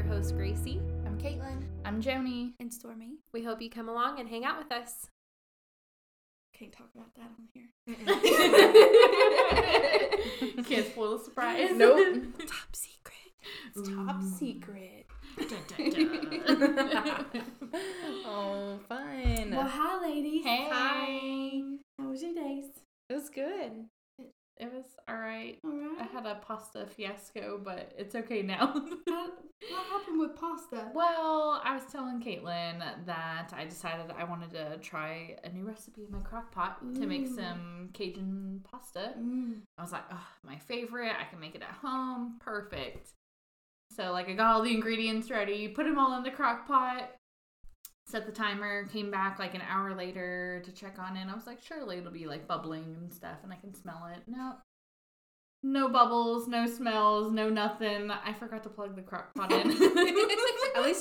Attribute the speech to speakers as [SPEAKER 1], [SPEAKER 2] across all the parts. [SPEAKER 1] Lacey.
[SPEAKER 2] I'm Caitlin.
[SPEAKER 1] I'm Joni.
[SPEAKER 2] And Stormy.
[SPEAKER 1] We hope you come along and hang out with us.
[SPEAKER 2] Can't talk about that on here.
[SPEAKER 1] Can't spoil the surprise.
[SPEAKER 2] Nope. Top secret. It's top
[SPEAKER 1] Ooh.
[SPEAKER 2] secret.
[SPEAKER 3] oh, fun.
[SPEAKER 2] Well, hi, ladies.
[SPEAKER 3] hey.
[SPEAKER 2] How was your days?
[SPEAKER 1] It was good. It was all right.
[SPEAKER 2] All right.
[SPEAKER 1] I had a pasta fiasco, but it's okay now.
[SPEAKER 2] what happened with pasta?
[SPEAKER 1] well, I was telling Caitlin that I decided I wanted to try a new recipe in my crock pot to make
[SPEAKER 2] Ooh.
[SPEAKER 1] some Cajun pasta.
[SPEAKER 2] Mm.
[SPEAKER 1] I was like, oh, my favorite. I can make it at home. Perfect. So, like, I got all the ingredients ready, put them all in the crock pot, set the timer, came back like an hour later to check on it. I was like, surely it'll be like bubbling and stuff and I can smell it. No. No bubbles, no smells, no nothing. I forgot to plug the crock pot in.
[SPEAKER 3] At least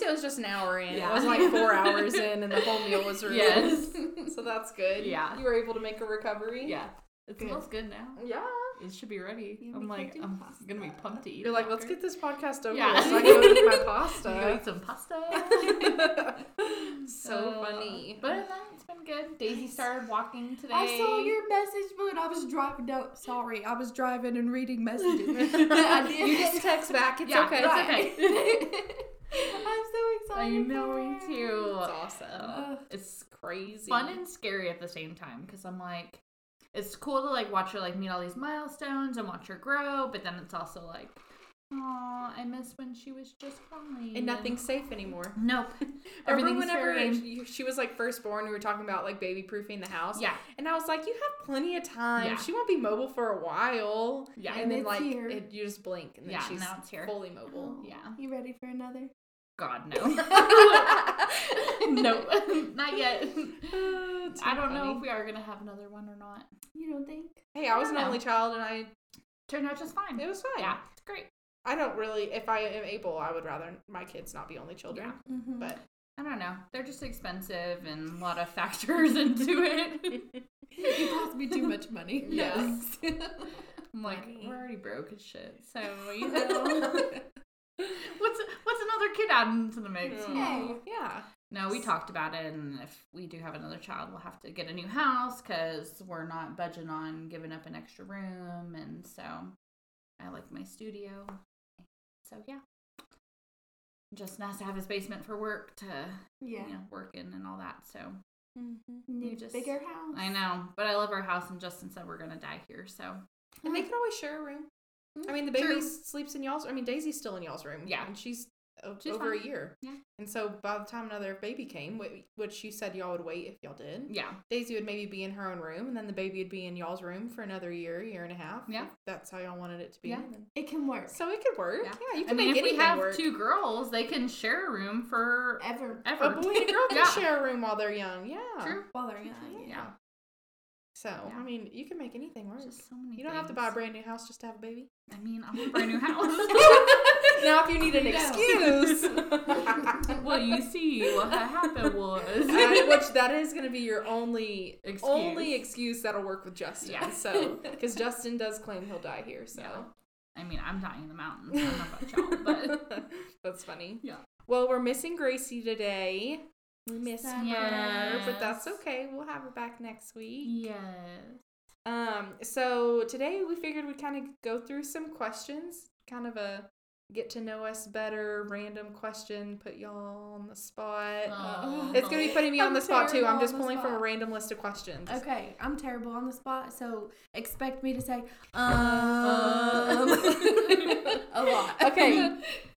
[SPEAKER 3] it was just an hour in.
[SPEAKER 1] Yeah.
[SPEAKER 3] It was like four hours in, and the whole meal was ruined.
[SPEAKER 1] Yes.
[SPEAKER 3] so that's good.
[SPEAKER 1] Yeah.
[SPEAKER 3] You were able to make a recovery.
[SPEAKER 1] yeah. It
[SPEAKER 2] Good.
[SPEAKER 1] smells good now.
[SPEAKER 3] Yeah.
[SPEAKER 1] It should be ready.
[SPEAKER 2] Yeah, we
[SPEAKER 1] I'm
[SPEAKER 2] can
[SPEAKER 1] like,
[SPEAKER 2] do
[SPEAKER 1] I'm
[SPEAKER 2] pasta.
[SPEAKER 1] gonna be pumped to eat.
[SPEAKER 3] You're
[SPEAKER 1] it
[SPEAKER 3] like, let's
[SPEAKER 1] after.
[SPEAKER 3] get this podcast over
[SPEAKER 1] Yeah.
[SPEAKER 3] with so I can go eat my
[SPEAKER 1] We can go
[SPEAKER 3] pasta.
[SPEAKER 1] eat some pasta.
[SPEAKER 3] so
[SPEAKER 1] Uh,
[SPEAKER 3] funny.
[SPEAKER 1] But other than that, it's been good. Daisy
[SPEAKER 2] Nice.
[SPEAKER 1] started walking today.
[SPEAKER 2] I saw your message, but I was driving. No, sorry, I was driving and reading messages. But I did.
[SPEAKER 3] You didn't text back. It's
[SPEAKER 1] Yeah,
[SPEAKER 3] okay.
[SPEAKER 1] it's
[SPEAKER 3] Right.
[SPEAKER 1] okay.
[SPEAKER 2] I'm so
[SPEAKER 1] I
[SPEAKER 2] excited.
[SPEAKER 1] know
[SPEAKER 2] for
[SPEAKER 1] me
[SPEAKER 2] her.
[SPEAKER 1] too.
[SPEAKER 3] It's awesome.
[SPEAKER 2] Ugh.
[SPEAKER 3] It's crazy.
[SPEAKER 1] Fun and scary at the same time because I'm like, it's cool to like watch her like meet all these milestones and watch her grow, but then it's also like, oh, I miss when she was just crawling.
[SPEAKER 3] and nothing's safe anymore.
[SPEAKER 1] Nope.
[SPEAKER 3] Remember
[SPEAKER 1] Everything's
[SPEAKER 3] whenever
[SPEAKER 1] very-
[SPEAKER 3] you- she was like first born, we were talking about like baby proofing the house.
[SPEAKER 1] Yeah.
[SPEAKER 3] And I was like, you have plenty of time.
[SPEAKER 1] Yeah.
[SPEAKER 3] She won't be mobile for a while.
[SPEAKER 1] Yeah.
[SPEAKER 3] And, then
[SPEAKER 2] it's
[SPEAKER 3] like
[SPEAKER 2] here. Oh.
[SPEAKER 3] it, you just blink and then
[SPEAKER 1] Yeah.
[SPEAKER 3] she's
[SPEAKER 1] Now it's here.
[SPEAKER 3] fully mobile.
[SPEAKER 1] Yeah.
[SPEAKER 2] You ready for another?
[SPEAKER 1] God no. no, not yet. I don't know if we are gonna have another one or not.
[SPEAKER 2] You don't think?
[SPEAKER 3] Hey, I was an
[SPEAKER 1] No.
[SPEAKER 3] only child and I
[SPEAKER 1] Turned out just fine.
[SPEAKER 3] it was fine.
[SPEAKER 1] Yeah, it's great.
[SPEAKER 3] I don't really if I am able, I would rather my kids not be only children.
[SPEAKER 1] Yeah.
[SPEAKER 2] Mm-hmm.
[SPEAKER 3] But
[SPEAKER 1] I don't know. They're just expensive and a lot of factors into it.
[SPEAKER 2] it cost me too much money.
[SPEAKER 3] Yes.
[SPEAKER 1] I'm like,
[SPEAKER 2] Money.
[SPEAKER 1] we're already broke as shit. So, you know. what's what's another kid adding to the mix? Hmm.
[SPEAKER 3] Mm, Yeah.
[SPEAKER 1] No, we talked about it and if we do have another child, we'll have to get a new house cuz we're not budging on giving up an extra room and so I like my studio. So, yeah. Just nice to have his basement for work to,
[SPEAKER 2] yeah.
[SPEAKER 1] you know, work in and all that. So,
[SPEAKER 2] Need
[SPEAKER 1] You
[SPEAKER 2] a
[SPEAKER 1] just-
[SPEAKER 2] bigger house.
[SPEAKER 1] I know, but I love our house, and Justin said we're gonna die here, so
[SPEAKER 3] And they could always share a room. I mean, the baby
[SPEAKER 1] Hmm, True.
[SPEAKER 3] sleeps in y'all's. I mean, Daisy's still in y'all's room.
[SPEAKER 1] Yeah.
[SPEAKER 3] and she's, o-
[SPEAKER 1] She's
[SPEAKER 3] over
[SPEAKER 1] fine.
[SPEAKER 3] a year.
[SPEAKER 1] Yeah.
[SPEAKER 3] And so by the time another baby came, wh- which you said y'all would wait if y'all did,
[SPEAKER 1] yeah,
[SPEAKER 3] Daisy would maybe be in her own room, and then the baby would be in y'all's room for another year, year and a half.
[SPEAKER 1] Yeah.
[SPEAKER 3] if that's how y'all wanted it to be.
[SPEAKER 1] Yeah.
[SPEAKER 3] then-
[SPEAKER 2] It can work.
[SPEAKER 3] So it could work.
[SPEAKER 1] Yeah.
[SPEAKER 3] Yeah, you
[SPEAKER 1] I
[SPEAKER 3] can
[SPEAKER 1] mean,
[SPEAKER 3] make
[SPEAKER 1] if we
[SPEAKER 3] anything
[SPEAKER 1] have
[SPEAKER 3] work.
[SPEAKER 1] two girls, they can share a room for
[SPEAKER 2] Ever.
[SPEAKER 1] ever.
[SPEAKER 3] a boy and a girl can
[SPEAKER 1] Yeah.
[SPEAKER 3] share a room while they're young. Yeah.
[SPEAKER 1] True.
[SPEAKER 2] While they're young.
[SPEAKER 1] Yeah.
[SPEAKER 3] So I mean, you can make anything work.
[SPEAKER 1] Just so many.
[SPEAKER 3] you don't have to buy a
[SPEAKER 1] things.
[SPEAKER 3] brand new house just to have a baby.
[SPEAKER 1] I mean, I want a brand new house.
[SPEAKER 3] now, if you need an
[SPEAKER 1] No.
[SPEAKER 3] excuse,
[SPEAKER 1] well, you see what had happened was.
[SPEAKER 3] Uh, which that is going to be your only
[SPEAKER 1] Excuse.
[SPEAKER 3] only excuse that'll work with Justin.
[SPEAKER 1] Yeah.
[SPEAKER 3] So because Justin does claim he'll die here, so
[SPEAKER 1] Yeah. I mean, I'm dying in the mountains. I don't know about y'all,
[SPEAKER 3] that's funny.
[SPEAKER 1] Yeah.
[SPEAKER 3] Well, we're missing Gracie today,
[SPEAKER 2] We miss
[SPEAKER 1] but
[SPEAKER 3] her,
[SPEAKER 1] yes.
[SPEAKER 3] but that's okay. We'll have her back next week.
[SPEAKER 1] yes.
[SPEAKER 3] Um. So today we figured we'd kind of go through some questions, kind of a get to know us better random question, put y'all on the spot.
[SPEAKER 1] Oh.
[SPEAKER 3] It's gonna be putting me on
[SPEAKER 2] I'm
[SPEAKER 3] the spot too.
[SPEAKER 2] terrible
[SPEAKER 3] I'm
[SPEAKER 2] on
[SPEAKER 3] just
[SPEAKER 2] the
[SPEAKER 3] pulling from a
[SPEAKER 2] spot.
[SPEAKER 3] random list of questions.
[SPEAKER 2] Okay, I'm terrible on the spot, so expect me to say um
[SPEAKER 1] Um.
[SPEAKER 2] a lot.
[SPEAKER 3] Okay.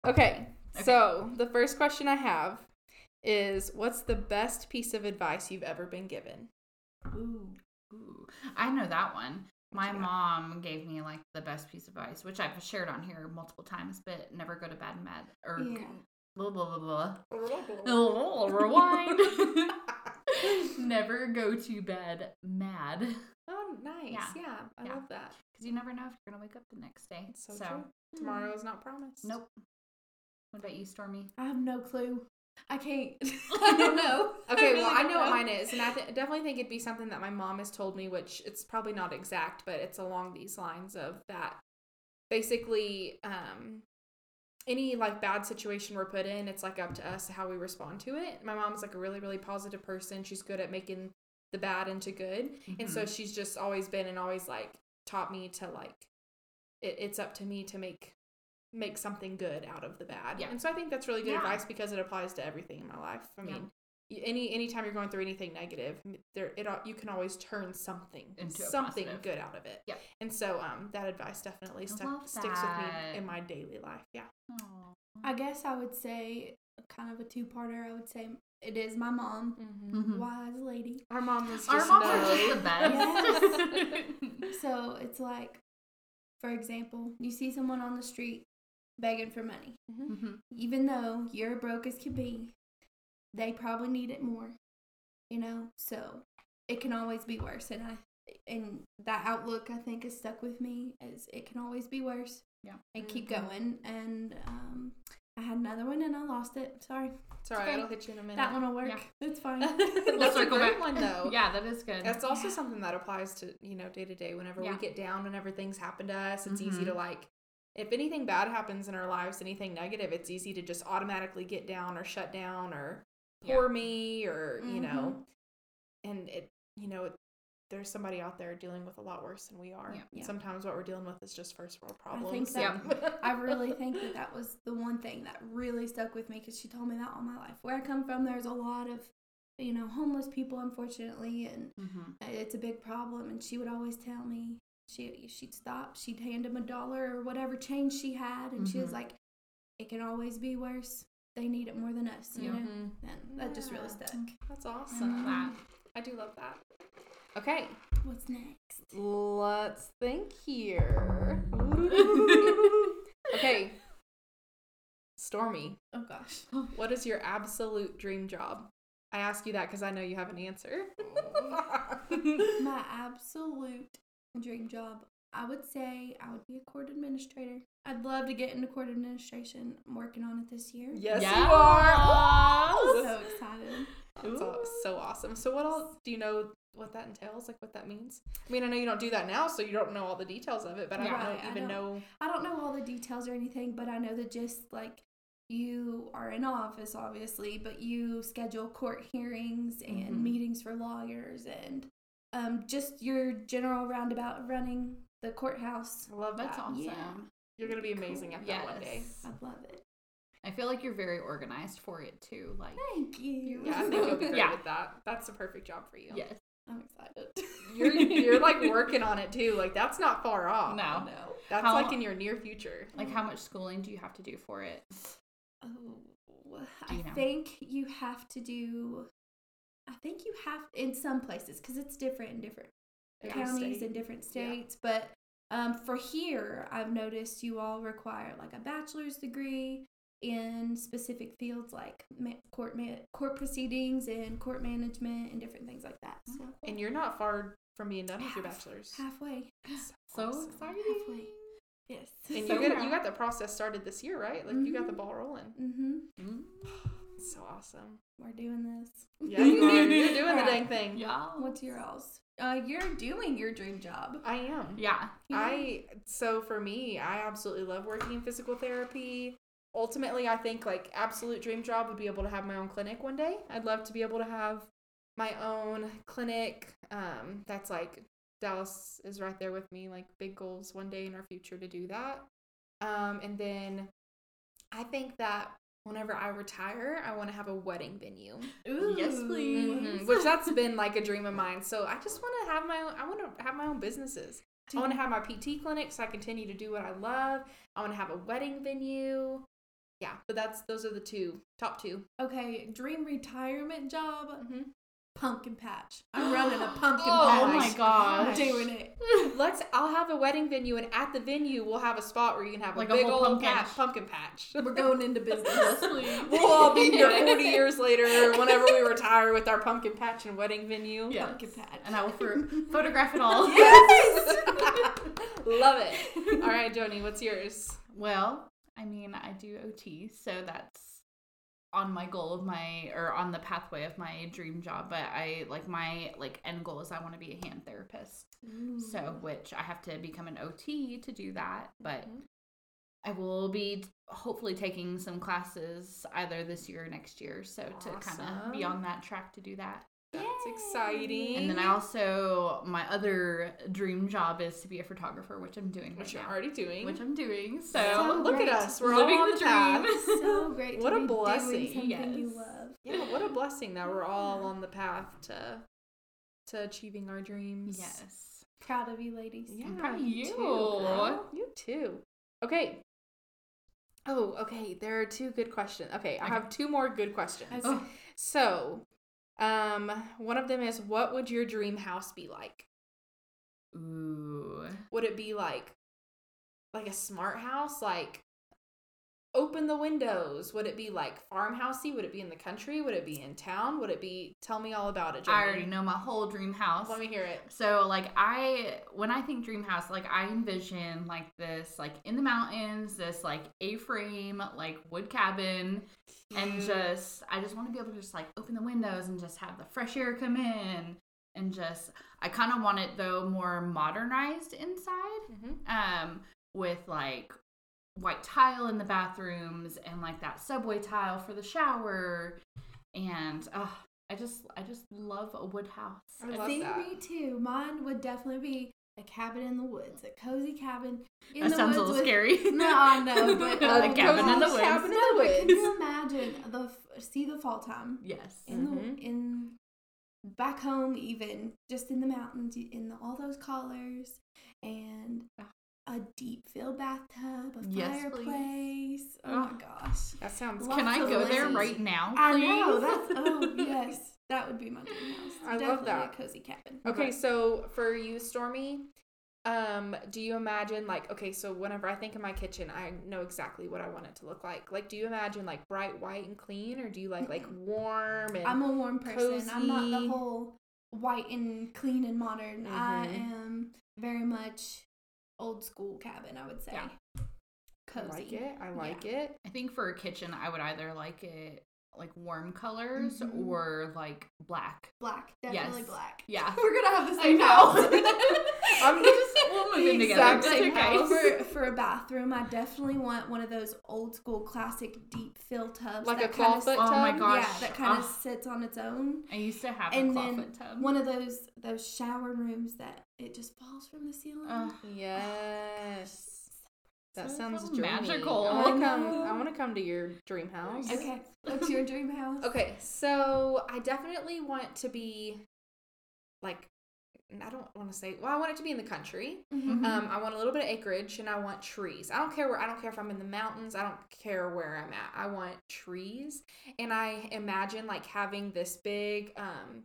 [SPEAKER 3] okay. So the first question I have is what's the best piece of advice you've ever been given?
[SPEAKER 1] Ooh, ooh. I know that one. My
[SPEAKER 3] you got?
[SPEAKER 1] mom gave me like the best piece of advice, which I've shared on here multiple times, but never go to bed and bed or
[SPEAKER 2] Yeah.
[SPEAKER 1] blah blah blah blah. Rewind. never go to bed mad because
[SPEAKER 3] Oh, nice. Yeah.
[SPEAKER 1] Yeah.
[SPEAKER 3] I
[SPEAKER 1] Yeah.
[SPEAKER 3] love that.
[SPEAKER 1] you never know if you're gonna wake up the next day.
[SPEAKER 3] It's so, true. Mm-hmm. Tomorrow is not promised.
[SPEAKER 1] nope. What about you, Stormy?
[SPEAKER 2] I have no clue. I can't. I don't know.
[SPEAKER 3] Okay,
[SPEAKER 1] really
[SPEAKER 3] well, I
[SPEAKER 1] don't
[SPEAKER 3] know what
[SPEAKER 1] know.
[SPEAKER 3] mine is, and I th- definitely think it'd be something that my mom has told me, which it's probably not exact, but it's along these lines of that. Basically, um, any like bad situation we're put in, it's like up to us how we respond to it. My mom's like a really, really positive person. She's good at making the bad into good. And
[SPEAKER 1] Mm-hmm.
[SPEAKER 3] so she's just always been and always like taught me to like it, it's up to me to make make something good out of the bad.
[SPEAKER 1] Yeah.
[SPEAKER 3] And so I think that's really good
[SPEAKER 1] Yeah.
[SPEAKER 3] advice because it applies to everything in my life. I
[SPEAKER 1] Yeah.
[SPEAKER 3] mean, y any anytime you're going through anything negative, m- there it al- you can always turn something
[SPEAKER 1] Into a
[SPEAKER 3] something
[SPEAKER 1] positive.
[SPEAKER 3] good out of it.
[SPEAKER 1] Yeah.
[SPEAKER 3] And so um that advice definitely stuck
[SPEAKER 1] love
[SPEAKER 3] sticks with
[SPEAKER 1] that.
[SPEAKER 3] me in my daily life. Yeah.
[SPEAKER 1] Aw.
[SPEAKER 2] I guess I would say kind of a two-parter. I would say it is my mom,
[SPEAKER 3] Mm-hmm.
[SPEAKER 1] Mhm.
[SPEAKER 2] wise lady.
[SPEAKER 3] Our mom was just
[SPEAKER 1] Our moms are
[SPEAKER 3] no.
[SPEAKER 1] just the best.
[SPEAKER 2] So it's like, for example, you see someone on the street begging for money,
[SPEAKER 1] Mhm.
[SPEAKER 2] even though you're broke as can be, they probably need it more, you know. So it can always be worse, and I and that outlook I think is stuck with me as it can always be worse.
[SPEAKER 1] Yeah.
[SPEAKER 2] and keep
[SPEAKER 1] Mm-hmm.
[SPEAKER 3] Mhm.
[SPEAKER 2] going. And um, I had another one and I lost it. Sorry,
[SPEAKER 3] It's all right.
[SPEAKER 2] Okay.
[SPEAKER 3] It'll hit you in a minute.
[SPEAKER 2] that one will work.
[SPEAKER 1] Yeah.
[SPEAKER 2] It's fine.
[SPEAKER 3] That's a
[SPEAKER 1] circle back.
[SPEAKER 3] great one though.
[SPEAKER 1] yeah, that is good.
[SPEAKER 3] That's also
[SPEAKER 2] Yeah.
[SPEAKER 3] something that applies to, you know, day to day. Whenever
[SPEAKER 1] Yeah.
[SPEAKER 3] we get down, whenever things happen to us, it's easy
[SPEAKER 1] Mhm.
[SPEAKER 2] Mm-hmm.
[SPEAKER 3] to like if anything bad happens in our lives, anything negative, it's easy to just automatically get down or shut down or
[SPEAKER 1] Yeah.
[SPEAKER 3] poor me or, you know,
[SPEAKER 2] Mm-hmm.
[SPEAKER 3] and it, you know, it, there's somebody out there dealing with a lot worse than we are.
[SPEAKER 1] Yeah.
[SPEAKER 3] And
[SPEAKER 2] Yeah.
[SPEAKER 3] Sometimes what we're dealing with is just first world
[SPEAKER 2] I
[SPEAKER 3] problems.
[SPEAKER 2] think
[SPEAKER 1] that-
[SPEAKER 2] I really think that that was the one thing that really stuck with me because she told me that all my life. Where I come from, there's a lot of, you know, homeless people, unfortunately, and
[SPEAKER 1] Mhm.
[SPEAKER 2] it's a big problem. And she would always tell me she she'd stop, she'd hand him a dollar or whatever change she had, and she was
[SPEAKER 1] Mhm.
[SPEAKER 2] like, "It can always be worse. They need it more than us." You
[SPEAKER 1] Yeah.
[SPEAKER 2] know,
[SPEAKER 3] Mhm.
[SPEAKER 2] and that just really
[SPEAKER 3] Yeah.
[SPEAKER 2] stuck. Um,
[SPEAKER 3] That's awesome.
[SPEAKER 1] Wow.
[SPEAKER 3] I do love that. Okay,
[SPEAKER 2] What's next?
[SPEAKER 3] Let's think here. okay. Stormy,
[SPEAKER 2] Oh gosh.
[SPEAKER 3] what is your absolute dream job? I ask you that because I know you have an answer.
[SPEAKER 2] My absolute dream job, I would say I would be a court administrator. I'd love to get into court administration. I'm working on it this year.
[SPEAKER 3] yes,
[SPEAKER 1] Yeah.
[SPEAKER 3] you are.
[SPEAKER 2] So excited.
[SPEAKER 3] That's all, so awesome. So, what else do you know? What that entails, like what that means. I mean, I know you don't do that now, so you don't know all the details of it. But I don't
[SPEAKER 2] Yeah,
[SPEAKER 3] know,
[SPEAKER 2] I
[SPEAKER 3] even
[SPEAKER 2] don't.
[SPEAKER 3] know.
[SPEAKER 2] I don't know all the details or anything, but I know that just like you are in office, obviously, but you schedule court hearings and
[SPEAKER 3] Mm-hmm.
[SPEAKER 1] Mhm.
[SPEAKER 2] meetings for lawyers and um, just your general roundabout running the courthouse.
[SPEAKER 3] I love
[SPEAKER 1] That's
[SPEAKER 3] that.
[SPEAKER 1] awesome.
[SPEAKER 2] Yeah.
[SPEAKER 3] You're gonna be amazing at that
[SPEAKER 1] Yes.
[SPEAKER 3] one day.
[SPEAKER 2] I'd love it.
[SPEAKER 1] I feel like you're very organized for it too. Like,
[SPEAKER 2] Thank you.
[SPEAKER 3] Yeah, I think you'll be great
[SPEAKER 1] Yeah.
[SPEAKER 3] with that. That's the perfect job for you.
[SPEAKER 1] yes.
[SPEAKER 2] I'm excited.
[SPEAKER 3] You're you're like working on it too. Like that's not far off.
[SPEAKER 1] No.
[SPEAKER 2] No.
[SPEAKER 3] That's
[SPEAKER 1] How-
[SPEAKER 3] like in your near future.
[SPEAKER 1] Like, how much schooling do you have to do for it?
[SPEAKER 2] Oh,
[SPEAKER 1] Do
[SPEAKER 2] I
[SPEAKER 1] you know?
[SPEAKER 2] think you have to do. I think you have in some places because it's different in different
[SPEAKER 3] Every
[SPEAKER 2] counties
[SPEAKER 3] state.
[SPEAKER 2] and different
[SPEAKER 3] Yeah.
[SPEAKER 2] states. But um, for here, I've noticed you all require like a bachelor's degree in specific fields like ma- court ma- court proceedings and court management and different things like that. So
[SPEAKER 3] Oh, And you're not far from being done with your
[SPEAKER 2] Half.
[SPEAKER 3] bachelor's.
[SPEAKER 2] halfway,
[SPEAKER 1] So
[SPEAKER 3] Awesome.
[SPEAKER 1] exciting.
[SPEAKER 2] yes.
[SPEAKER 3] And
[SPEAKER 1] So
[SPEAKER 3] you got
[SPEAKER 1] proud.
[SPEAKER 3] you got the process started this year, right? Like you got the
[SPEAKER 2] Mhm.
[SPEAKER 3] ball rolling.
[SPEAKER 2] mm-hmm.
[SPEAKER 3] So awesome.
[SPEAKER 2] We're doing this.
[SPEAKER 3] Yeah, you are. You're doing the
[SPEAKER 2] Alright.
[SPEAKER 3] dang thing.
[SPEAKER 1] Yeah.
[SPEAKER 2] What's your else? Uh, you're doing your dream job.
[SPEAKER 3] I am.
[SPEAKER 1] Yeah.
[SPEAKER 3] I so for me, I absolutely love working in physical therapy. Ultimately, I think like absolute dream job would be able to have my own clinic one day. I'd love to be able to have my own clinic. Um, that's like Dallas is right there with me. Like big goals one day in our future to do that. Um, and then I think that whenever I retire, I want to have a wedding venue.
[SPEAKER 2] Ooh.
[SPEAKER 1] Yes, please.
[SPEAKER 3] Mhm, Which that's been like a dream of mine. So I just want to have my own. I want to have my own businesses. I want to have my PT clinic so I continue to do what I love. I want to have a wedding venue. Yeah, but that's those are the two top 2
[SPEAKER 2] Okay, dream retirement job,
[SPEAKER 3] Mm-hmm.
[SPEAKER 2] pumpkin patch. I'm running a pumpkin
[SPEAKER 1] Oh
[SPEAKER 2] patch.
[SPEAKER 1] my gosh.
[SPEAKER 2] Doing it.
[SPEAKER 3] Let's. I'll have a wedding venue, and at the venue we'll have a spot where you can have a
[SPEAKER 1] Like a
[SPEAKER 3] big
[SPEAKER 1] whole
[SPEAKER 3] old
[SPEAKER 1] pumpkin.
[SPEAKER 3] pat- pumpkin patch.
[SPEAKER 2] We're going into business.
[SPEAKER 3] We'll all be here 40 years later, whenever we retire with our pumpkin patch and wedding venue.
[SPEAKER 1] Yes.
[SPEAKER 2] Pumpkin patch.
[SPEAKER 1] And I will pho- photograph it all.
[SPEAKER 3] Love it. All right, Joni, what's yours?
[SPEAKER 1] Well, I mean, I do OT, so that's on my goal of my or on the pathway of my dream job. But I like my like end goal is I want to be a hand
[SPEAKER 3] Mm-hmm.
[SPEAKER 1] therapist. So, which I have to become an OT to do that. But
[SPEAKER 3] Mhm.
[SPEAKER 1] I will be t- hopefully taking some classes either this year or next year. So to kind of be
[SPEAKER 3] Awesome.
[SPEAKER 1] on that track to do that.
[SPEAKER 3] That's
[SPEAKER 2] Yay.
[SPEAKER 3] exciting.
[SPEAKER 1] And then I also, my other dream job is to be a photographer, which I'm doing
[SPEAKER 3] Which
[SPEAKER 1] right
[SPEAKER 3] you're
[SPEAKER 1] now.
[SPEAKER 3] already doing.
[SPEAKER 1] Which I'm doing. So,
[SPEAKER 3] so
[SPEAKER 2] So
[SPEAKER 3] look
[SPEAKER 2] great.
[SPEAKER 3] at us. We're
[SPEAKER 1] living
[SPEAKER 3] all on the,
[SPEAKER 1] the
[SPEAKER 3] path.
[SPEAKER 1] dream.
[SPEAKER 2] so great.
[SPEAKER 3] What
[SPEAKER 2] to
[SPEAKER 3] a
[SPEAKER 2] be
[SPEAKER 3] blessing,
[SPEAKER 2] Doing something you
[SPEAKER 1] yes.
[SPEAKER 2] love.
[SPEAKER 3] Yeah, what a blessing that we're all on the path to to achieving our dreams.
[SPEAKER 1] yes.
[SPEAKER 2] Proud of you, ladies.
[SPEAKER 3] Yeah,
[SPEAKER 1] proud of you.
[SPEAKER 3] Too, girl. you too. Okay. Oh, okay. There are two good questions. Okay, I
[SPEAKER 1] Okay.
[SPEAKER 3] have two more good questions.
[SPEAKER 2] That's-
[SPEAKER 1] Oh.
[SPEAKER 3] So, um, one of them is, what would your dream house be like?
[SPEAKER 1] Ooh.
[SPEAKER 3] Would it be like, like a smart house, like open the windows? Would it be like farmhousey? Would it be in the country? Would it be in town? Would it be? Tell me all about it. Jeremy.
[SPEAKER 1] I already know my whole dream house.
[SPEAKER 3] Let me hear it.
[SPEAKER 1] So like I when I think dream house, like I envision like this like in the mountains, this like A-frame like wood cabin and uh,
[SPEAKER 3] Mm.
[SPEAKER 1] just I just want to be able to just like open the windows and just have the fresh air come in and just I kind of want it though more modernized inside
[SPEAKER 3] Mhm.
[SPEAKER 2] Mm-hmm.
[SPEAKER 1] um with like white tile in the bathrooms and like that subway tile for the shower and uh, I just I just love a wood house.
[SPEAKER 3] I love
[SPEAKER 2] See,
[SPEAKER 3] that.
[SPEAKER 2] me too. Mine would definitely be a cabin in the woods, a cozy cabin in
[SPEAKER 1] that
[SPEAKER 2] the
[SPEAKER 1] sounds
[SPEAKER 2] woods.
[SPEAKER 1] a little
[SPEAKER 2] with-
[SPEAKER 1] scary.
[SPEAKER 2] No, I know, but
[SPEAKER 1] A
[SPEAKER 2] oh,
[SPEAKER 1] cabin in the
[SPEAKER 2] gosh.
[SPEAKER 1] woods.
[SPEAKER 3] Cabin in
[SPEAKER 2] No,
[SPEAKER 3] the
[SPEAKER 2] but can
[SPEAKER 3] woods.
[SPEAKER 2] you imagine the f- see the fall time
[SPEAKER 1] yes.
[SPEAKER 2] in
[SPEAKER 3] Mhm.
[SPEAKER 2] the in back home even just in the mountains in the, all those collars and
[SPEAKER 3] Ah.
[SPEAKER 2] a deep filled bathtub, a
[SPEAKER 1] Yes,
[SPEAKER 2] fireplace.
[SPEAKER 1] please.
[SPEAKER 2] Oh
[SPEAKER 3] Ah.
[SPEAKER 1] Oh.
[SPEAKER 2] my gosh.
[SPEAKER 3] That sounds.
[SPEAKER 2] Lots
[SPEAKER 1] Can I
[SPEAKER 2] of
[SPEAKER 1] go there
[SPEAKER 2] lazy.
[SPEAKER 1] right now? Please?
[SPEAKER 2] I know that's oh yes, that would be my dream house.
[SPEAKER 3] I love
[SPEAKER 2] Definitely
[SPEAKER 3] that.
[SPEAKER 2] a cozy cabin.
[SPEAKER 3] Okay, so for you, Stormy, um, do you imagine like okay, so whenever I think of my kitchen, I know exactly what I want it to look like. Like, do you imagine like bright white and clean, or do you like like warm and
[SPEAKER 2] I'm a warm person. I'm not
[SPEAKER 3] cozy.
[SPEAKER 2] the whole white and clean and modern. I
[SPEAKER 3] Mhm.
[SPEAKER 2] am very much old school cabin. I would say
[SPEAKER 1] Yeah.
[SPEAKER 3] I
[SPEAKER 2] cozy.
[SPEAKER 3] like it? I like it.
[SPEAKER 1] I think for a kitchen, I would either like it like warm colors
[SPEAKER 3] Mm-hmm.
[SPEAKER 2] Mhm.
[SPEAKER 1] or like black.
[SPEAKER 2] Black, definitely
[SPEAKER 1] Yes.
[SPEAKER 2] black.
[SPEAKER 1] Yeah.
[SPEAKER 2] We're gonna have the
[SPEAKER 1] I
[SPEAKER 2] same
[SPEAKER 1] know.
[SPEAKER 2] house.
[SPEAKER 3] I'm just
[SPEAKER 1] We'll
[SPEAKER 3] The
[SPEAKER 1] move in together.
[SPEAKER 3] exact
[SPEAKER 1] That's
[SPEAKER 3] same
[SPEAKER 1] okay.
[SPEAKER 3] house.
[SPEAKER 2] for, for a bathroom, I definitely want one of those old school classic deep fill tubs.
[SPEAKER 3] like a
[SPEAKER 2] that
[SPEAKER 3] claw
[SPEAKER 2] kinda
[SPEAKER 3] foot
[SPEAKER 2] sit-
[SPEAKER 1] Oh my
[SPEAKER 3] tub?
[SPEAKER 1] God.
[SPEAKER 2] Yeah,
[SPEAKER 1] gosh.
[SPEAKER 2] that kind
[SPEAKER 1] Ah.
[SPEAKER 2] of sits on its own.
[SPEAKER 1] I used to have a
[SPEAKER 2] And then
[SPEAKER 1] clawfoot tub.
[SPEAKER 2] One of those those shower rooms that it just falls from the ceiling.
[SPEAKER 1] Ugh.
[SPEAKER 3] Yes. That
[SPEAKER 1] So
[SPEAKER 3] sounds dreamy.
[SPEAKER 1] magical.
[SPEAKER 3] I want
[SPEAKER 2] I
[SPEAKER 3] to come. I
[SPEAKER 2] know.
[SPEAKER 3] want to come to your dream house.
[SPEAKER 2] okay, what's your dream house?
[SPEAKER 3] Okay, so I definitely want to be like I don't want to say well, I want it to be in the country.
[SPEAKER 2] Mhm.
[SPEAKER 3] Um, I want a little bit of acreage and I want trees. I don't care where I don't care if I'm in the mountains, I don't care where I'm at. I want trees. And I imagine like having this big um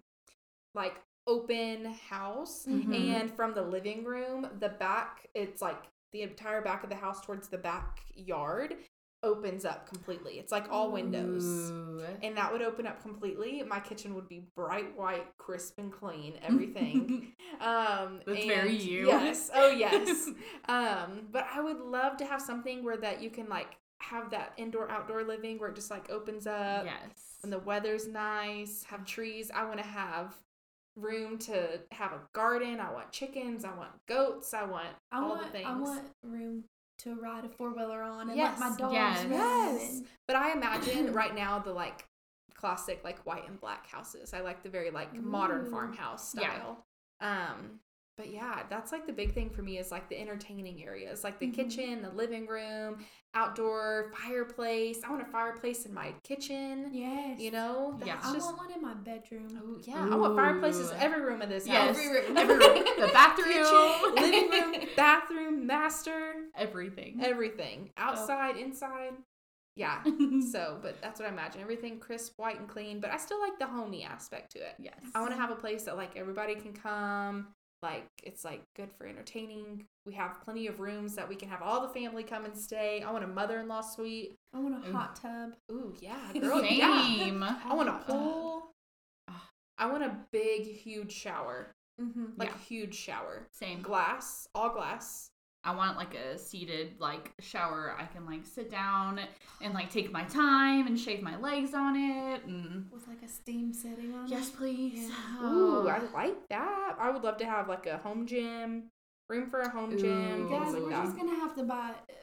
[SPEAKER 3] like open house
[SPEAKER 1] Mhm.
[SPEAKER 3] and from the living room, the back it's like the entire back of the house towards the backyard opens up completely. It's like all windows
[SPEAKER 1] Ooh.
[SPEAKER 3] and that would open up completely. My kitchen would be bright white, crisp and clean, everything. um,
[SPEAKER 1] That's
[SPEAKER 3] and-
[SPEAKER 1] very you.
[SPEAKER 3] Yes. Oh yes. um, but I would love to have something where that you can like have that indoor outdoor living where it just like opens up
[SPEAKER 1] yes.
[SPEAKER 3] when Uh, the weather's nice. Have trees. I want to have room to have a garden. I want chickens. I want goats. I want
[SPEAKER 2] I
[SPEAKER 3] all
[SPEAKER 2] want,
[SPEAKER 3] the things.
[SPEAKER 2] I want room to ride a four wheeler on and let my
[SPEAKER 3] Yes.
[SPEAKER 2] dogs
[SPEAKER 1] Yes.
[SPEAKER 2] run.
[SPEAKER 3] Yes.
[SPEAKER 2] and-
[SPEAKER 3] But I imagine right now the like classic like white and black houses. I like the very like modern
[SPEAKER 2] Ooh.
[SPEAKER 3] farmhouse
[SPEAKER 1] Yeah.
[SPEAKER 3] style. Um but yeah, that's like the big thing for me is like the entertaining areas, like the
[SPEAKER 2] Mhm.
[SPEAKER 3] kitchen, the living room, outdoor fireplace. I want a fireplace in my kitchen.
[SPEAKER 2] Yes.
[SPEAKER 3] You know,
[SPEAKER 1] Yeah.
[SPEAKER 3] that's
[SPEAKER 2] I
[SPEAKER 3] just
[SPEAKER 2] want one in my bedroom.
[SPEAKER 3] oh yeah. I want fireplaces every room of this
[SPEAKER 1] Yes.
[SPEAKER 3] house.
[SPEAKER 2] Every room.
[SPEAKER 1] Every room. The
[SPEAKER 3] Kitchen,
[SPEAKER 1] bathroom.
[SPEAKER 3] living room, bathroom, master,
[SPEAKER 2] Mm-hmm.
[SPEAKER 1] Everything.
[SPEAKER 3] everything,
[SPEAKER 2] Oh.
[SPEAKER 3] outside, inside. Yeah, so, but that's what I imagine. Everything crisp, white, and clean. But I still like the homey aspect to it.
[SPEAKER 1] yes.
[SPEAKER 3] I want to have a place that like everybody can come. Like it's like good for entertaining. We have plenty of rooms that we can have all the family come and stay. I want a mother-in-law suite.
[SPEAKER 2] I want a
[SPEAKER 3] Oh.
[SPEAKER 1] Ooh.
[SPEAKER 2] hot tub.
[SPEAKER 3] Ooh yeah, girl. Yeah.
[SPEAKER 1] Same.
[SPEAKER 3] I want a
[SPEAKER 2] Hot tub.
[SPEAKER 3] pool.
[SPEAKER 1] Ah.
[SPEAKER 3] I want a big, huge shower.
[SPEAKER 2] Mhm.
[SPEAKER 3] Like
[SPEAKER 1] Yeah.
[SPEAKER 3] huge shower.
[SPEAKER 1] Same.
[SPEAKER 3] Glass, all glass.
[SPEAKER 1] I want like a seated like shower. I can like sit down and like take my time and shave my legs on it. And
[SPEAKER 2] With like a steam setting on
[SPEAKER 1] yes,
[SPEAKER 2] it.
[SPEAKER 1] please.
[SPEAKER 3] Ooh,
[SPEAKER 1] Oh.
[SPEAKER 3] I like that. I would love to have like a home gym, room for a home gym,
[SPEAKER 1] Ooh.
[SPEAKER 3] things
[SPEAKER 2] Guys,
[SPEAKER 3] like
[SPEAKER 2] we're
[SPEAKER 3] that.
[SPEAKER 2] just gonna have to buy uh,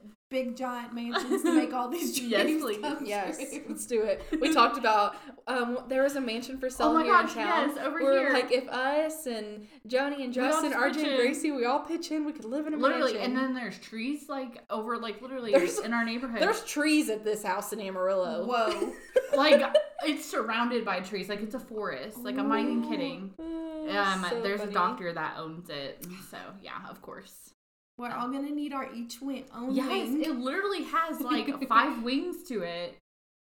[SPEAKER 2] big giant mansions to make all these dreams
[SPEAKER 1] Yes, please.
[SPEAKER 2] come
[SPEAKER 3] Yes,
[SPEAKER 2] true.
[SPEAKER 3] let's do it. We talked about um, there was a mansion for sale
[SPEAKER 1] oh my
[SPEAKER 3] here
[SPEAKER 1] gosh,
[SPEAKER 3] in town.
[SPEAKER 1] yes, over
[SPEAKER 3] we were
[SPEAKER 1] here.
[SPEAKER 3] like, if us and Joni and
[SPEAKER 1] We all
[SPEAKER 3] Justin,
[SPEAKER 1] just
[SPEAKER 3] RJ
[SPEAKER 1] pitch
[SPEAKER 3] and
[SPEAKER 1] in.
[SPEAKER 3] Gracie, we all pitch in, we could live in a
[SPEAKER 1] literally,
[SPEAKER 3] mansion.
[SPEAKER 1] and then there's trees like over like literally
[SPEAKER 3] There's-
[SPEAKER 1] in our neighborhood.
[SPEAKER 3] there's trees at this house in Amarillo.
[SPEAKER 2] Whoa.
[SPEAKER 1] like it's surrounded by trees. Like it's a forest. Like I'm not even
[SPEAKER 3] Ooh.
[SPEAKER 1] kidding.
[SPEAKER 3] Oh,
[SPEAKER 1] Um,
[SPEAKER 3] so
[SPEAKER 1] there's
[SPEAKER 3] funny.
[SPEAKER 1] a doctor that owns it. and So yeah, of course.
[SPEAKER 2] We're all gonna need our each win own
[SPEAKER 1] Yes,
[SPEAKER 2] wing.
[SPEAKER 1] it literally has like five wings to it.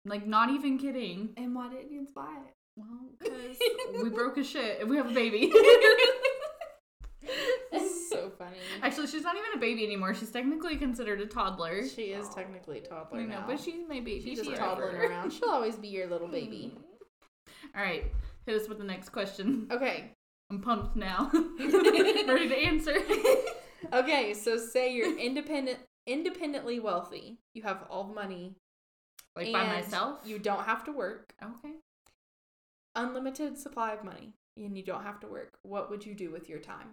[SPEAKER 1] Like not even kidding.
[SPEAKER 2] and why didn't you just buy it?
[SPEAKER 1] Well, because we broke a shit and we have a baby.
[SPEAKER 3] so funny.
[SPEAKER 1] Actually, she's not even a baby anymore. She's technically considered a toddler.
[SPEAKER 3] She is technically a toddler
[SPEAKER 1] I know,
[SPEAKER 3] now.
[SPEAKER 1] but she's Hmm. my baby.
[SPEAKER 3] she's just
[SPEAKER 1] forever.
[SPEAKER 3] toddling around. She'll always be your little baby.
[SPEAKER 1] All right, hit us with the next question.
[SPEAKER 3] Okay.
[SPEAKER 1] I'm pumped now. Ready to answer.
[SPEAKER 3] Okay, so say you're independent independently wealthy. You have all the money.
[SPEAKER 1] Like by
[SPEAKER 3] and
[SPEAKER 1] myself?
[SPEAKER 3] You don't have to work.
[SPEAKER 1] okay?
[SPEAKER 3] Unlimited supply of money. And you don't have to work. What would you do with your time?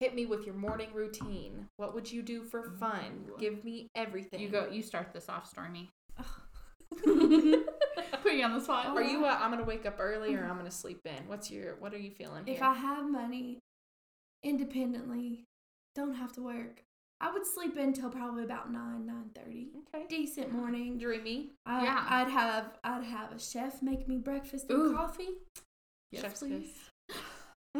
[SPEAKER 3] Hit me with your morning routine. What would you do for fun?
[SPEAKER 1] Ooh.
[SPEAKER 3] Give me everything.
[SPEAKER 1] You go. You start this off, Stormy.
[SPEAKER 3] Are
[SPEAKER 1] Put you on the spot.
[SPEAKER 3] you i am I'm gonna wake up early
[SPEAKER 1] Mm-hmm.
[SPEAKER 3] or I'm gonna sleep in? What's your what are you feeling?
[SPEAKER 2] If
[SPEAKER 3] here?
[SPEAKER 2] I have money independently, don't have to work. I would sleep in till probably about nine, nine thirty.
[SPEAKER 3] okay.
[SPEAKER 2] Decent morning.
[SPEAKER 3] Dreamy.
[SPEAKER 2] I,
[SPEAKER 1] Yeah.
[SPEAKER 2] I'd have I'd have a chef make me breakfast and
[SPEAKER 1] Ooh.
[SPEAKER 2] coffee.
[SPEAKER 1] Yes,
[SPEAKER 3] Chef's
[SPEAKER 1] please.
[SPEAKER 3] kiss.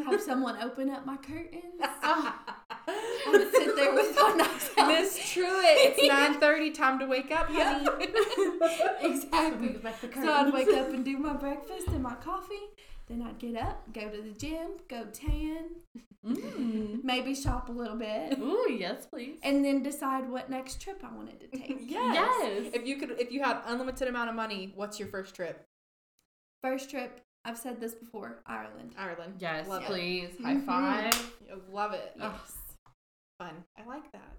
[SPEAKER 2] Have someone open up my curtains. I
[SPEAKER 3] I'm
[SPEAKER 2] would sit there with my nice
[SPEAKER 3] Miss Truitt, it's nine thirty. Time to wake up, honey.
[SPEAKER 2] exactly.
[SPEAKER 1] Like the
[SPEAKER 2] So I'd wake up and do my breakfast and my coffee. Then I'd get up, go to the gym, go tan,
[SPEAKER 1] Mm.
[SPEAKER 2] maybe shop a little bit,
[SPEAKER 1] Ooh, yes, please.
[SPEAKER 2] and then decide what next trip I wanted to take.
[SPEAKER 1] Yes.
[SPEAKER 3] If you could, if you had unlimited amount of money, what's your first trip?
[SPEAKER 2] First trip, I've said this before, Ireland.
[SPEAKER 3] Ireland.
[SPEAKER 1] Yes,
[SPEAKER 3] Love it. Mm-hmm.
[SPEAKER 1] please. Mm-hmm.
[SPEAKER 2] Mhm.
[SPEAKER 1] High five.
[SPEAKER 3] I Love it.
[SPEAKER 1] Ugh.
[SPEAKER 3] Fun. I like that.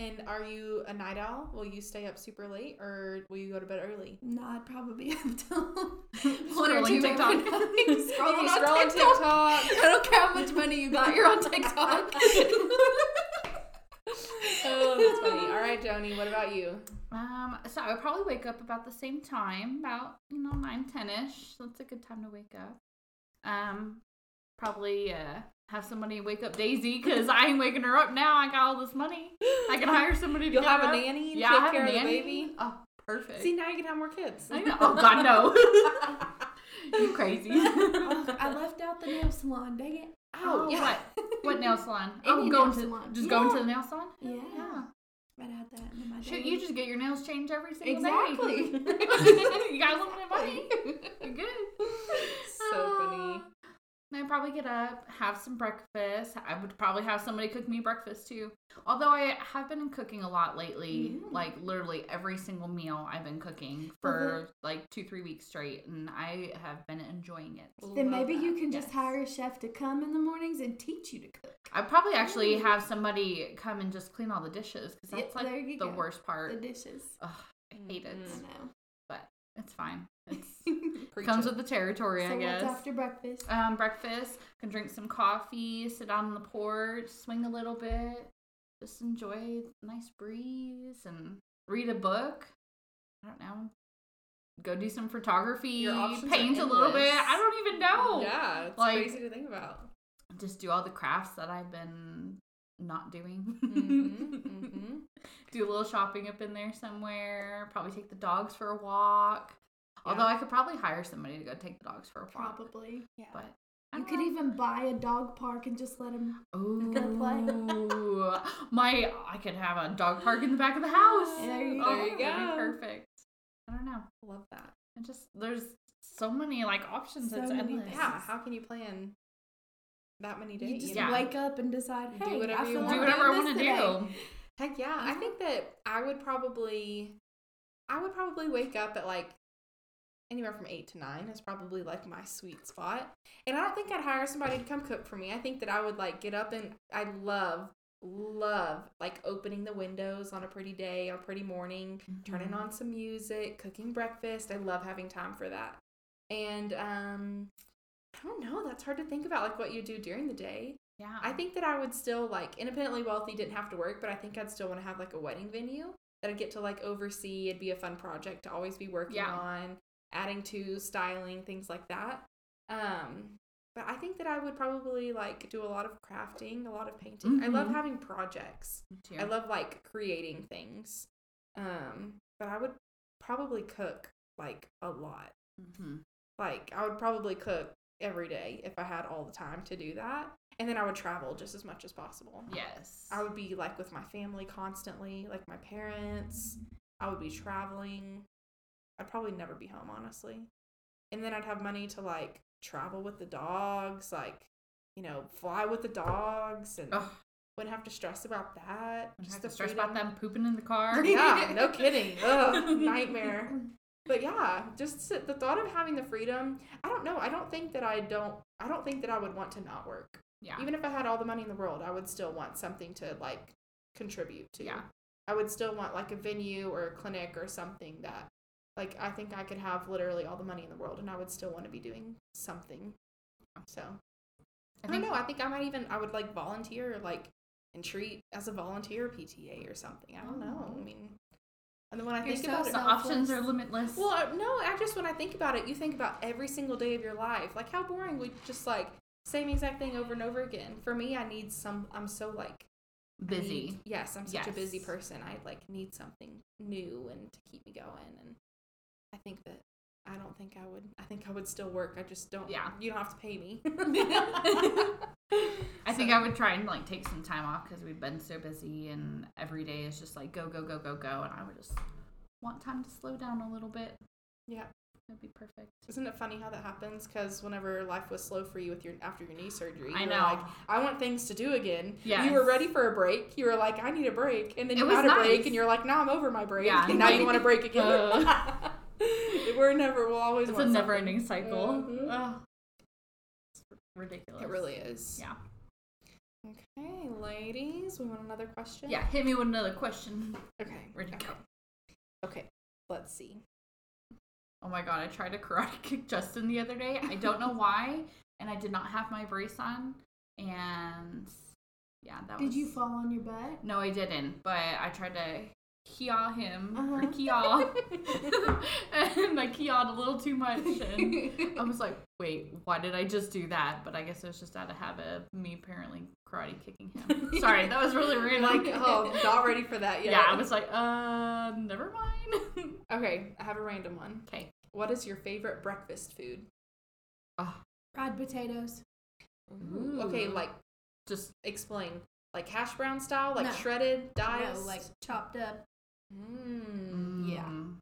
[SPEAKER 3] And are you a night owl? Will you stay up super late, or will you go to bed early?
[SPEAKER 2] No, I'd probably have to
[SPEAKER 1] Scrolling TikTok.
[SPEAKER 2] Scrolling
[SPEAKER 3] You
[SPEAKER 2] on
[SPEAKER 3] scroll on
[SPEAKER 2] TikTok. I don't care how much money you got, you're on TikTok.
[SPEAKER 3] oh, that's funny. All right, Joni. What about you?
[SPEAKER 1] Um, so I would probably wake up about the same time, about you know nine ten ish. That's a good time to wake up. Um, probably uh, have somebody wake up Daisy because I ain't waking her up now. I got all this money. I can hire somebody to
[SPEAKER 3] You'll
[SPEAKER 1] get
[SPEAKER 3] have
[SPEAKER 1] her
[SPEAKER 3] a
[SPEAKER 1] up.
[SPEAKER 3] nanny. And
[SPEAKER 1] Yeah,
[SPEAKER 3] take
[SPEAKER 1] I have
[SPEAKER 3] care
[SPEAKER 1] a
[SPEAKER 3] of the
[SPEAKER 1] nanny.
[SPEAKER 3] baby.
[SPEAKER 1] Oh, perfect.
[SPEAKER 3] See, now you can have more kids.
[SPEAKER 1] I know. Oh God, no. you crazy.
[SPEAKER 2] Oh, I left out the nail salon, dang it.
[SPEAKER 1] Oh,
[SPEAKER 3] yeah.
[SPEAKER 1] what? What nail salon?
[SPEAKER 2] Any
[SPEAKER 1] oh, going
[SPEAKER 2] nail
[SPEAKER 1] to
[SPEAKER 2] salon.
[SPEAKER 1] just going to
[SPEAKER 2] Yeah.
[SPEAKER 1] the nail salon.
[SPEAKER 2] Yeah. I'd have that in my
[SPEAKER 1] Shoot,
[SPEAKER 2] day.
[SPEAKER 3] Mm-hmm.
[SPEAKER 1] you just get your nails changed every single day.
[SPEAKER 2] Exactly.
[SPEAKER 1] you got a little bit of money. You're good.
[SPEAKER 3] so
[SPEAKER 1] Ah.
[SPEAKER 3] funny.
[SPEAKER 1] And I'd probably get up, have some breakfast. I would probably have somebody cook me breakfast too. Although I have been cooking a lot lately,
[SPEAKER 3] Mm.
[SPEAKER 1] like literally every single meal I've been cooking
[SPEAKER 2] Uh-huh.
[SPEAKER 1] for like two, three weeks straight, and I have been enjoying it.
[SPEAKER 2] Then
[SPEAKER 3] Love
[SPEAKER 2] maybe you
[SPEAKER 3] that.
[SPEAKER 2] can just
[SPEAKER 1] yes.
[SPEAKER 2] hire a chef to come in the mornings and teach you to cook
[SPEAKER 1] I probably actually have somebody come and just clean all the dishes because
[SPEAKER 2] Yeah,
[SPEAKER 1] that's
[SPEAKER 2] there
[SPEAKER 1] like
[SPEAKER 2] you
[SPEAKER 1] the
[SPEAKER 2] go.
[SPEAKER 1] worst
[SPEAKER 2] the Mm-hmm.
[SPEAKER 1] part.
[SPEAKER 2] dishes.
[SPEAKER 1] Ugh, I hate it.
[SPEAKER 2] I know.
[SPEAKER 1] It's fine. It's
[SPEAKER 3] Preach
[SPEAKER 1] comes
[SPEAKER 3] it.
[SPEAKER 1] with the territory,
[SPEAKER 2] so
[SPEAKER 1] I guess.
[SPEAKER 2] what's after breakfast?
[SPEAKER 1] um, breakfast, can drink some coffee, sit out on the porch, swing a little bit, just enjoy a nice breeze and read a book. I don't know. Go do some photography,
[SPEAKER 3] Your options are
[SPEAKER 1] paint a little bit.
[SPEAKER 3] endless.
[SPEAKER 1] I don't even know.
[SPEAKER 3] Yeah, it's
[SPEAKER 1] Like-
[SPEAKER 3] crazy to think about.
[SPEAKER 1] Just do all the crafts that I've been not doing.
[SPEAKER 3] Mm-hmm,
[SPEAKER 1] do a little shopping up in there somewhere. Probably take the dogs for a walk. Although I
[SPEAKER 3] Yeah.
[SPEAKER 1] could probably hire somebody to go take the dogs for a walk.
[SPEAKER 2] Probably.
[SPEAKER 1] But I
[SPEAKER 2] You
[SPEAKER 1] don't
[SPEAKER 2] could
[SPEAKER 1] know.
[SPEAKER 2] even buy a dog park and just let him.
[SPEAKER 1] Ooh, my I could have a dog park in the back of the house.
[SPEAKER 2] There you
[SPEAKER 1] Oh,
[SPEAKER 2] go.
[SPEAKER 1] that'd be
[SPEAKER 3] go.
[SPEAKER 1] perfect. I don't know.
[SPEAKER 3] Love that.
[SPEAKER 1] It just there's so many like options.
[SPEAKER 2] So
[SPEAKER 1] it's
[SPEAKER 2] many
[SPEAKER 1] endless.
[SPEAKER 2] things.
[SPEAKER 3] Yeah, how can you plan that many days?
[SPEAKER 2] You just
[SPEAKER 1] Yeah.
[SPEAKER 2] wake up and decide,
[SPEAKER 3] Do
[SPEAKER 2] hey,
[SPEAKER 3] whatever
[SPEAKER 2] I
[SPEAKER 3] you
[SPEAKER 2] feel
[SPEAKER 3] want.
[SPEAKER 2] like
[SPEAKER 1] do whatever I
[SPEAKER 2] doing
[SPEAKER 1] want to
[SPEAKER 2] this today."
[SPEAKER 1] do.
[SPEAKER 3] Heck yeah. I think that I would probably I would probably wake up at like anywhere from eight to nine is probably like my sweet spot. And I don't think I'd hire somebody to come cook for me. I think that I would like get up and I love, love like opening the windows on a pretty day, on a pretty morning, turning on some music, cooking breakfast. I love having time for that. And um I don't know, that's hard to think about like what you do during the day.
[SPEAKER 1] Yeah.
[SPEAKER 3] I think that I would still like independently wealthy didn't have to work, but I think I'd still want to have like a wedding venue that I'd get to like oversee. It'd be a fun project to always be working
[SPEAKER 1] Yeah.
[SPEAKER 3] on, adding to styling, things like that. Um, but I think that I would probably like do a lot of crafting, a lot of painting. I love
[SPEAKER 1] Mhm.
[SPEAKER 3] having projects.
[SPEAKER 1] Me too.
[SPEAKER 3] I love like creating things. Um, but I would probably cook like a lot.
[SPEAKER 1] Mhm.
[SPEAKER 3] Like I would probably cook every day if I had all the time to do that. And then I would travel just as much as possible.
[SPEAKER 1] Yes.
[SPEAKER 3] I would be like with my family constantly, like my parents. I would be traveling. I'd probably never be home, honestly. And then I'd have money to like travel with the dogs, like, you know, fly with the dogs and
[SPEAKER 1] Ugh.
[SPEAKER 3] wouldn't have to stress about that.
[SPEAKER 1] I have
[SPEAKER 3] the
[SPEAKER 1] to stress about them pooping in the car.
[SPEAKER 3] freedom. Yeah, no kidding. Ugh, nightmare. But yeah, just the thought of having the freedom. I don't know. I don't think that I don't. I don't think that I would want to not work
[SPEAKER 1] Yeah.
[SPEAKER 3] even if I had all the money in the world, I would still want something to like contribute to.
[SPEAKER 1] Yeah.
[SPEAKER 3] I would still want like a venue or a clinic or something that like I think I could have literally all the money in the world and I would still want to be doing something. So I,
[SPEAKER 1] think-
[SPEAKER 3] don't know. I think I might even I would like volunteer or, like and treat as a volunteer PTA or something. I don't know. I mean and then when I
[SPEAKER 2] You're
[SPEAKER 3] think
[SPEAKER 2] so
[SPEAKER 3] about
[SPEAKER 1] The
[SPEAKER 3] it,
[SPEAKER 1] options are limitless.
[SPEAKER 3] well, uh, no, I just when I think about it, you think about every single day of your life. Like how boring we just like same exact thing over and over again. For me, I need some. I'm so like I need-
[SPEAKER 1] Busy.
[SPEAKER 3] yes, I'm such a busy
[SPEAKER 1] Yes.
[SPEAKER 3] person. I like need something new and to keep me going. And I think that I don't think I would. I think I would still work. I just don't.
[SPEAKER 1] Yeah.
[SPEAKER 3] You don't have to pay me.
[SPEAKER 1] I think I would try and like take some time off because we've been so busy and every day is just like go go go go go and I would just want time to slow down a little bit.
[SPEAKER 3] Yeah.
[SPEAKER 1] That'd be perfect.
[SPEAKER 3] Isn't it funny how that happens? Because whenever life was slow for you with your after your knee surgery,
[SPEAKER 1] I
[SPEAKER 3] you were
[SPEAKER 1] know.
[SPEAKER 3] like, I want things to do again. You were
[SPEAKER 1] Yes.
[SPEAKER 3] ready for a break. You were like, I need a break, and then
[SPEAKER 1] It
[SPEAKER 3] you
[SPEAKER 1] was
[SPEAKER 3] had a break,
[SPEAKER 1] nice.
[SPEAKER 3] and you're like, Now I'm over my break,
[SPEAKER 1] Yeah.
[SPEAKER 3] and now you want a break again.
[SPEAKER 1] Ugh.
[SPEAKER 3] we're never. We'll always.
[SPEAKER 1] It's a
[SPEAKER 3] want
[SPEAKER 1] never
[SPEAKER 3] something.
[SPEAKER 1] ending cycle.
[SPEAKER 3] Mhm.
[SPEAKER 1] Ugh. It's r- ridiculous.
[SPEAKER 3] It really is.
[SPEAKER 1] Yeah.
[SPEAKER 3] Okay, ladies, we want another question.
[SPEAKER 1] Yeah, hit me with another question.
[SPEAKER 3] Okay.
[SPEAKER 1] Where'd it go?
[SPEAKER 3] Okay. Let's see.
[SPEAKER 1] Oh my god, I tried to karate kick Justin the other day. I don't know why, and I did not have my brace on. And yeah, that was
[SPEAKER 2] Did you fall on your butt?
[SPEAKER 1] No, I didn't, but I tried to kia him or
[SPEAKER 2] Uh-huh.
[SPEAKER 1] kia and I kia'd a little too much and I was like, wait, why did I just do that? But I guess it was just out of habit of me apparently karate kicking him. Sorry, that was really weird.
[SPEAKER 3] Like, oh, not ready for that yet.
[SPEAKER 1] yeah, I was like, uh never mind.
[SPEAKER 3] Okay, I have a random one.
[SPEAKER 1] okay.
[SPEAKER 3] What is your favorite breakfast food?
[SPEAKER 2] Fried potatoes.
[SPEAKER 1] Ooh.
[SPEAKER 3] Okay, like
[SPEAKER 1] Just
[SPEAKER 3] explain. Like hash brown style, like
[SPEAKER 2] No.
[SPEAKER 3] shredded, diced.
[SPEAKER 2] No, like chopped up
[SPEAKER 3] Mm.
[SPEAKER 2] Yeah.
[SPEAKER 1] mm,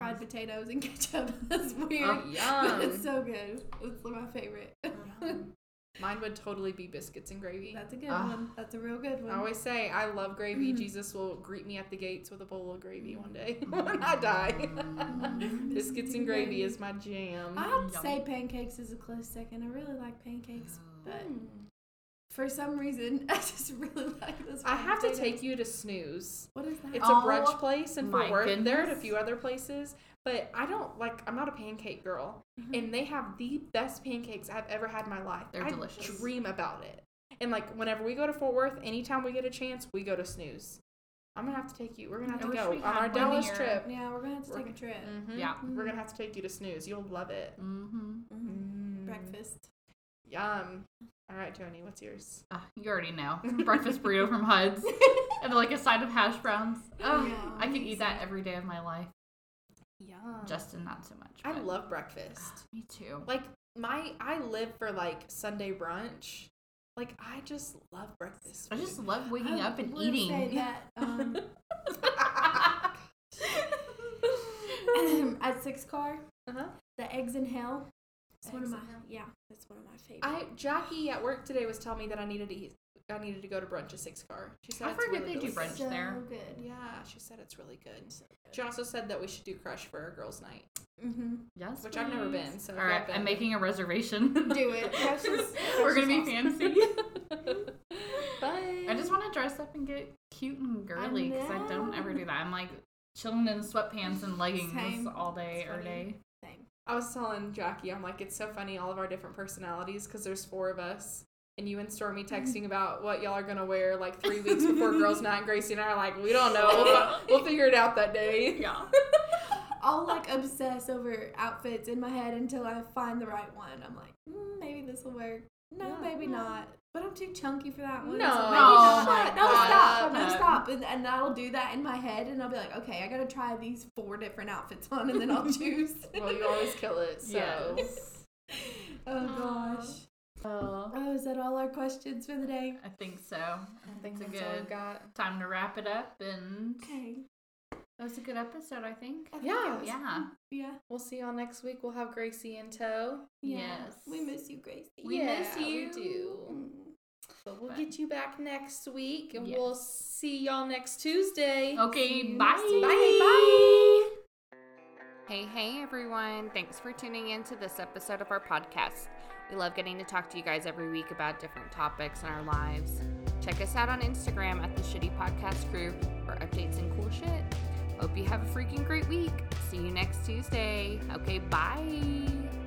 [SPEAKER 2] fried potatoes and ketchup. That's weird.
[SPEAKER 1] Oh,
[SPEAKER 2] But
[SPEAKER 3] Yum.
[SPEAKER 2] it's so good. It's my favorite.
[SPEAKER 3] Yum. Mine would totally be biscuits and gravy.
[SPEAKER 2] That's a good
[SPEAKER 1] Ah.
[SPEAKER 2] one. That's a real good one.
[SPEAKER 3] I always say I love gravy.
[SPEAKER 2] Mhm.
[SPEAKER 3] Jesus will greet me at the gates with a bowl of gravy one day when I die.
[SPEAKER 2] Mm,
[SPEAKER 3] biscuits and gravy is my jam.
[SPEAKER 2] I'd
[SPEAKER 1] Yum.
[SPEAKER 2] say pancakes is a close second. I really like pancakes, but
[SPEAKER 3] Mm.
[SPEAKER 2] Hmm. for some reason, I just really like this.
[SPEAKER 3] I have to take you to Snooze.
[SPEAKER 2] What is that?
[SPEAKER 3] It's
[SPEAKER 1] Oh,
[SPEAKER 3] a brunch place in Fort
[SPEAKER 1] my
[SPEAKER 3] Worth. and They're at a
[SPEAKER 1] goodness.
[SPEAKER 3] few other places, but I don't like. I'm not a pancake girl, and they have the best pancakes I've ever had in my life.
[SPEAKER 1] Mm-hmm. They're
[SPEAKER 3] I
[SPEAKER 1] delicious.
[SPEAKER 3] Dream about it, and like whenever we go to Fort Worth, anytime we get a chance, we go to Snooze. I'm gonna have to take you. We're gonna have
[SPEAKER 1] I
[SPEAKER 3] to
[SPEAKER 1] wish
[SPEAKER 3] go
[SPEAKER 1] we
[SPEAKER 3] on
[SPEAKER 1] had
[SPEAKER 3] our
[SPEAKER 1] one
[SPEAKER 3] Dallas
[SPEAKER 1] here.
[SPEAKER 3] trip.
[SPEAKER 2] yeah, we're gonna have to
[SPEAKER 3] We're
[SPEAKER 2] take a trip. Hmm,
[SPEAKER 3] Mhm.
[SPEAKER 1] yeah.
[SPEAKER 3] we're gonna have to take you to Snooze. You'll love it.
[SPEAKER 1] Mm-hmm.
[SPEAKER 2] Mhm.
[SPEAKER 3] Mm.
[SPEAKER 2] Breakfast.
[SPEAKER 3] Yum. All right, Tony, what's yours?
[SPEAKER 1] Uh, you already know. Breakfast burrito from Huds. and like a side of hash browns. Oh,
[SPEAKER 2] Yeah.
[SPEAKER 1] I could eat that every day of my life.
[SPEAKER 3] Yum.
[SPEAKER 1] Justin, not so much.
[SPEAKER 3] I
[SPEAKER 1] but-
[SPEAKER 3] love breakfast.
[SPEAKER 1] Me too.
[SPEAKER 3] like my I live for like Sunday brunch. Like I just love breakfast.
[SPEAKER 1] I just love waking
[SPEAKER 2] I
[SPEAKER 1] up and
[SPEAKER 2] would Say
[SPEAKER 1] eating.
[SPEAKER 2] that, um,
[SPEAKER 3] uh-huh.
[SPEAKER 2] at Six Car,
[SPEAKER 3] Uh-huh.
[SPEAKER 2] the eggs in hell. It's one of
[SPEAKER 3] Eggs
[SPEAKER 2] my
[SPEAKER 3] in Hell.
[SPEAKER 2] yeah. That's one of my favorites.
[SPEAKER 3] I Jackie at work today was telling me that I needed to eat, I needed to go to brunch at six car. She said
[SPEAKER 1] I
[SPEAKER 3] it's
[SPEAKER 1] forget
[SPEAKER 3] really
[SPEAKER 1] they do brunch
[SPEAKER 3] delicious.
[SPEAKER 2] so
[SPEAKER 1] there.
[SPEAKER 2] good.
[SPEAKER 3] Yeah, she said it's really good. She also said that we should do crush for a girls' night,
[SPEAKER 2] Mm-hmm.
[SPEAKER 1] Yes.
[SPEAKER 3] which I've never
[SPEAKER 1] please.
[SPEAKER 3] been. So if
[SPEAKER 1] All right,
[SPEAKER 3] y'all been-
[SPEAKER 1] I'm making a reservation.
[SPEAKER 2] Do it. That's just-
[SPEAKER 1] We're gonna
[SPEAKER 2] that's
[SPEAKER 1] be
[SPEAKER 2] just
[SPEAKER 1] fancy.
[SPEAKER 3] Bye.
[SPEAKER 1] I just want to dress up and get cute and girly because I, don't
[SPEAKER 2] know.
[SPEAKER 1] ever do that. I'm like chilling in sweatpants and leggings
[SPEAKER 2] Same.
[SPEAKER 1] all day
[SPEAKER 2] It's
[SPEAKER 1] or
[SPEAKER 2] funny.
[SPEAKER 1] day.
[SPEAKER 2] Same.
[SPEAKER 3] I was telling Jackie, I'm like, it's so funny all of our different personalities because there's four of us, and you and Stormy texting about what y'all are gonna wear like three weeks before girls' night. Gracie and I are like, we don't know. We'll figure it out that day.
[SPEAKER 1] Yeah.
[SPEAKER 2] I'll like obsess over outfits in my head until I find the right one. I'm like, mm, maybe this will work. No,
[SPEAKER 3] Yeah.
[SPEAKER 2] maybe not. But I'm too chunky for that one.
[SPEAKER 3] No.
[SPEAKER 2] so maybe
[SPEAKER 1] Oh
[SPEAKER 2] not.
[SPEAKER 1] my
[SPEAKER 2] no,
[SPEAKER 1] God.
[SPEAKER 2] stop, no,
[SPEAKER 1] No.
[SPEAKER 2] stop. And, and I'll do that in my head, and I'll be like, okay, I gotta try these four different outfits on, and then I'll choose.
[SPEAKER 3] Well, you always kill it. So
[SPEAKER 1] Yes.
[SPEAKER 2] oh gosh.
[SPEAKER 1] Oh,
[SPEAKER 2] Oh, is that all our questions for the day?
[SPEAKER 1] I think so. I think it's a
[SPEAKER 3] that's all I've
[SPEAKER 1] good
[SPEAKER 3] got.
[SPEAKER 1] time to wrap it up, and
[SPEAKER 2] Okay.
[SPEAKER 1] that was a good episode, I think.
[SPEAKER 2] I think
[SPEAKER 3] Yeah.
[SPEAKER 2] it was-
[SPEAKER 1] Yeah.
[SPEAKER 2] Yeah.
[SPEAKER 3] We'll see y'all next week. We'll have Gracie in tow.
[SPEAKER 2] Yeah.
[SPEAKER 1] Yes.
[SPEAKER 2] We miss you, Gracie.
[SPEAKER 1] We miss you.
[SPEAKER 3] We do.
[SPEAKER 2] Mm.
[SPEAKER 3] But we'll
[SPEAKER 1] But-
[SPEAKER 3] get you back next week and
[SPEAKER 1] Yes.
[SPEAKER 3] we'll see y'all next Tuesday.
[SPEAKER 1] Okay.
[SPEAKER 2] See you
[SPEAKER 1] Bye.
[SPEAKER 2] next time.
[SPEAKER 1] Bye.
[SPEAKER 4] Hey, hey, everyone. Thanks for tuning in to this episode of our podcast. We love getting to talk to you guys every week about different topics in our lives. Check us out on Instagram at the Shitty Podcast Crew for updates and cool shit. Hope you have a freaking great week. See you next Tuesday. Okay, bye.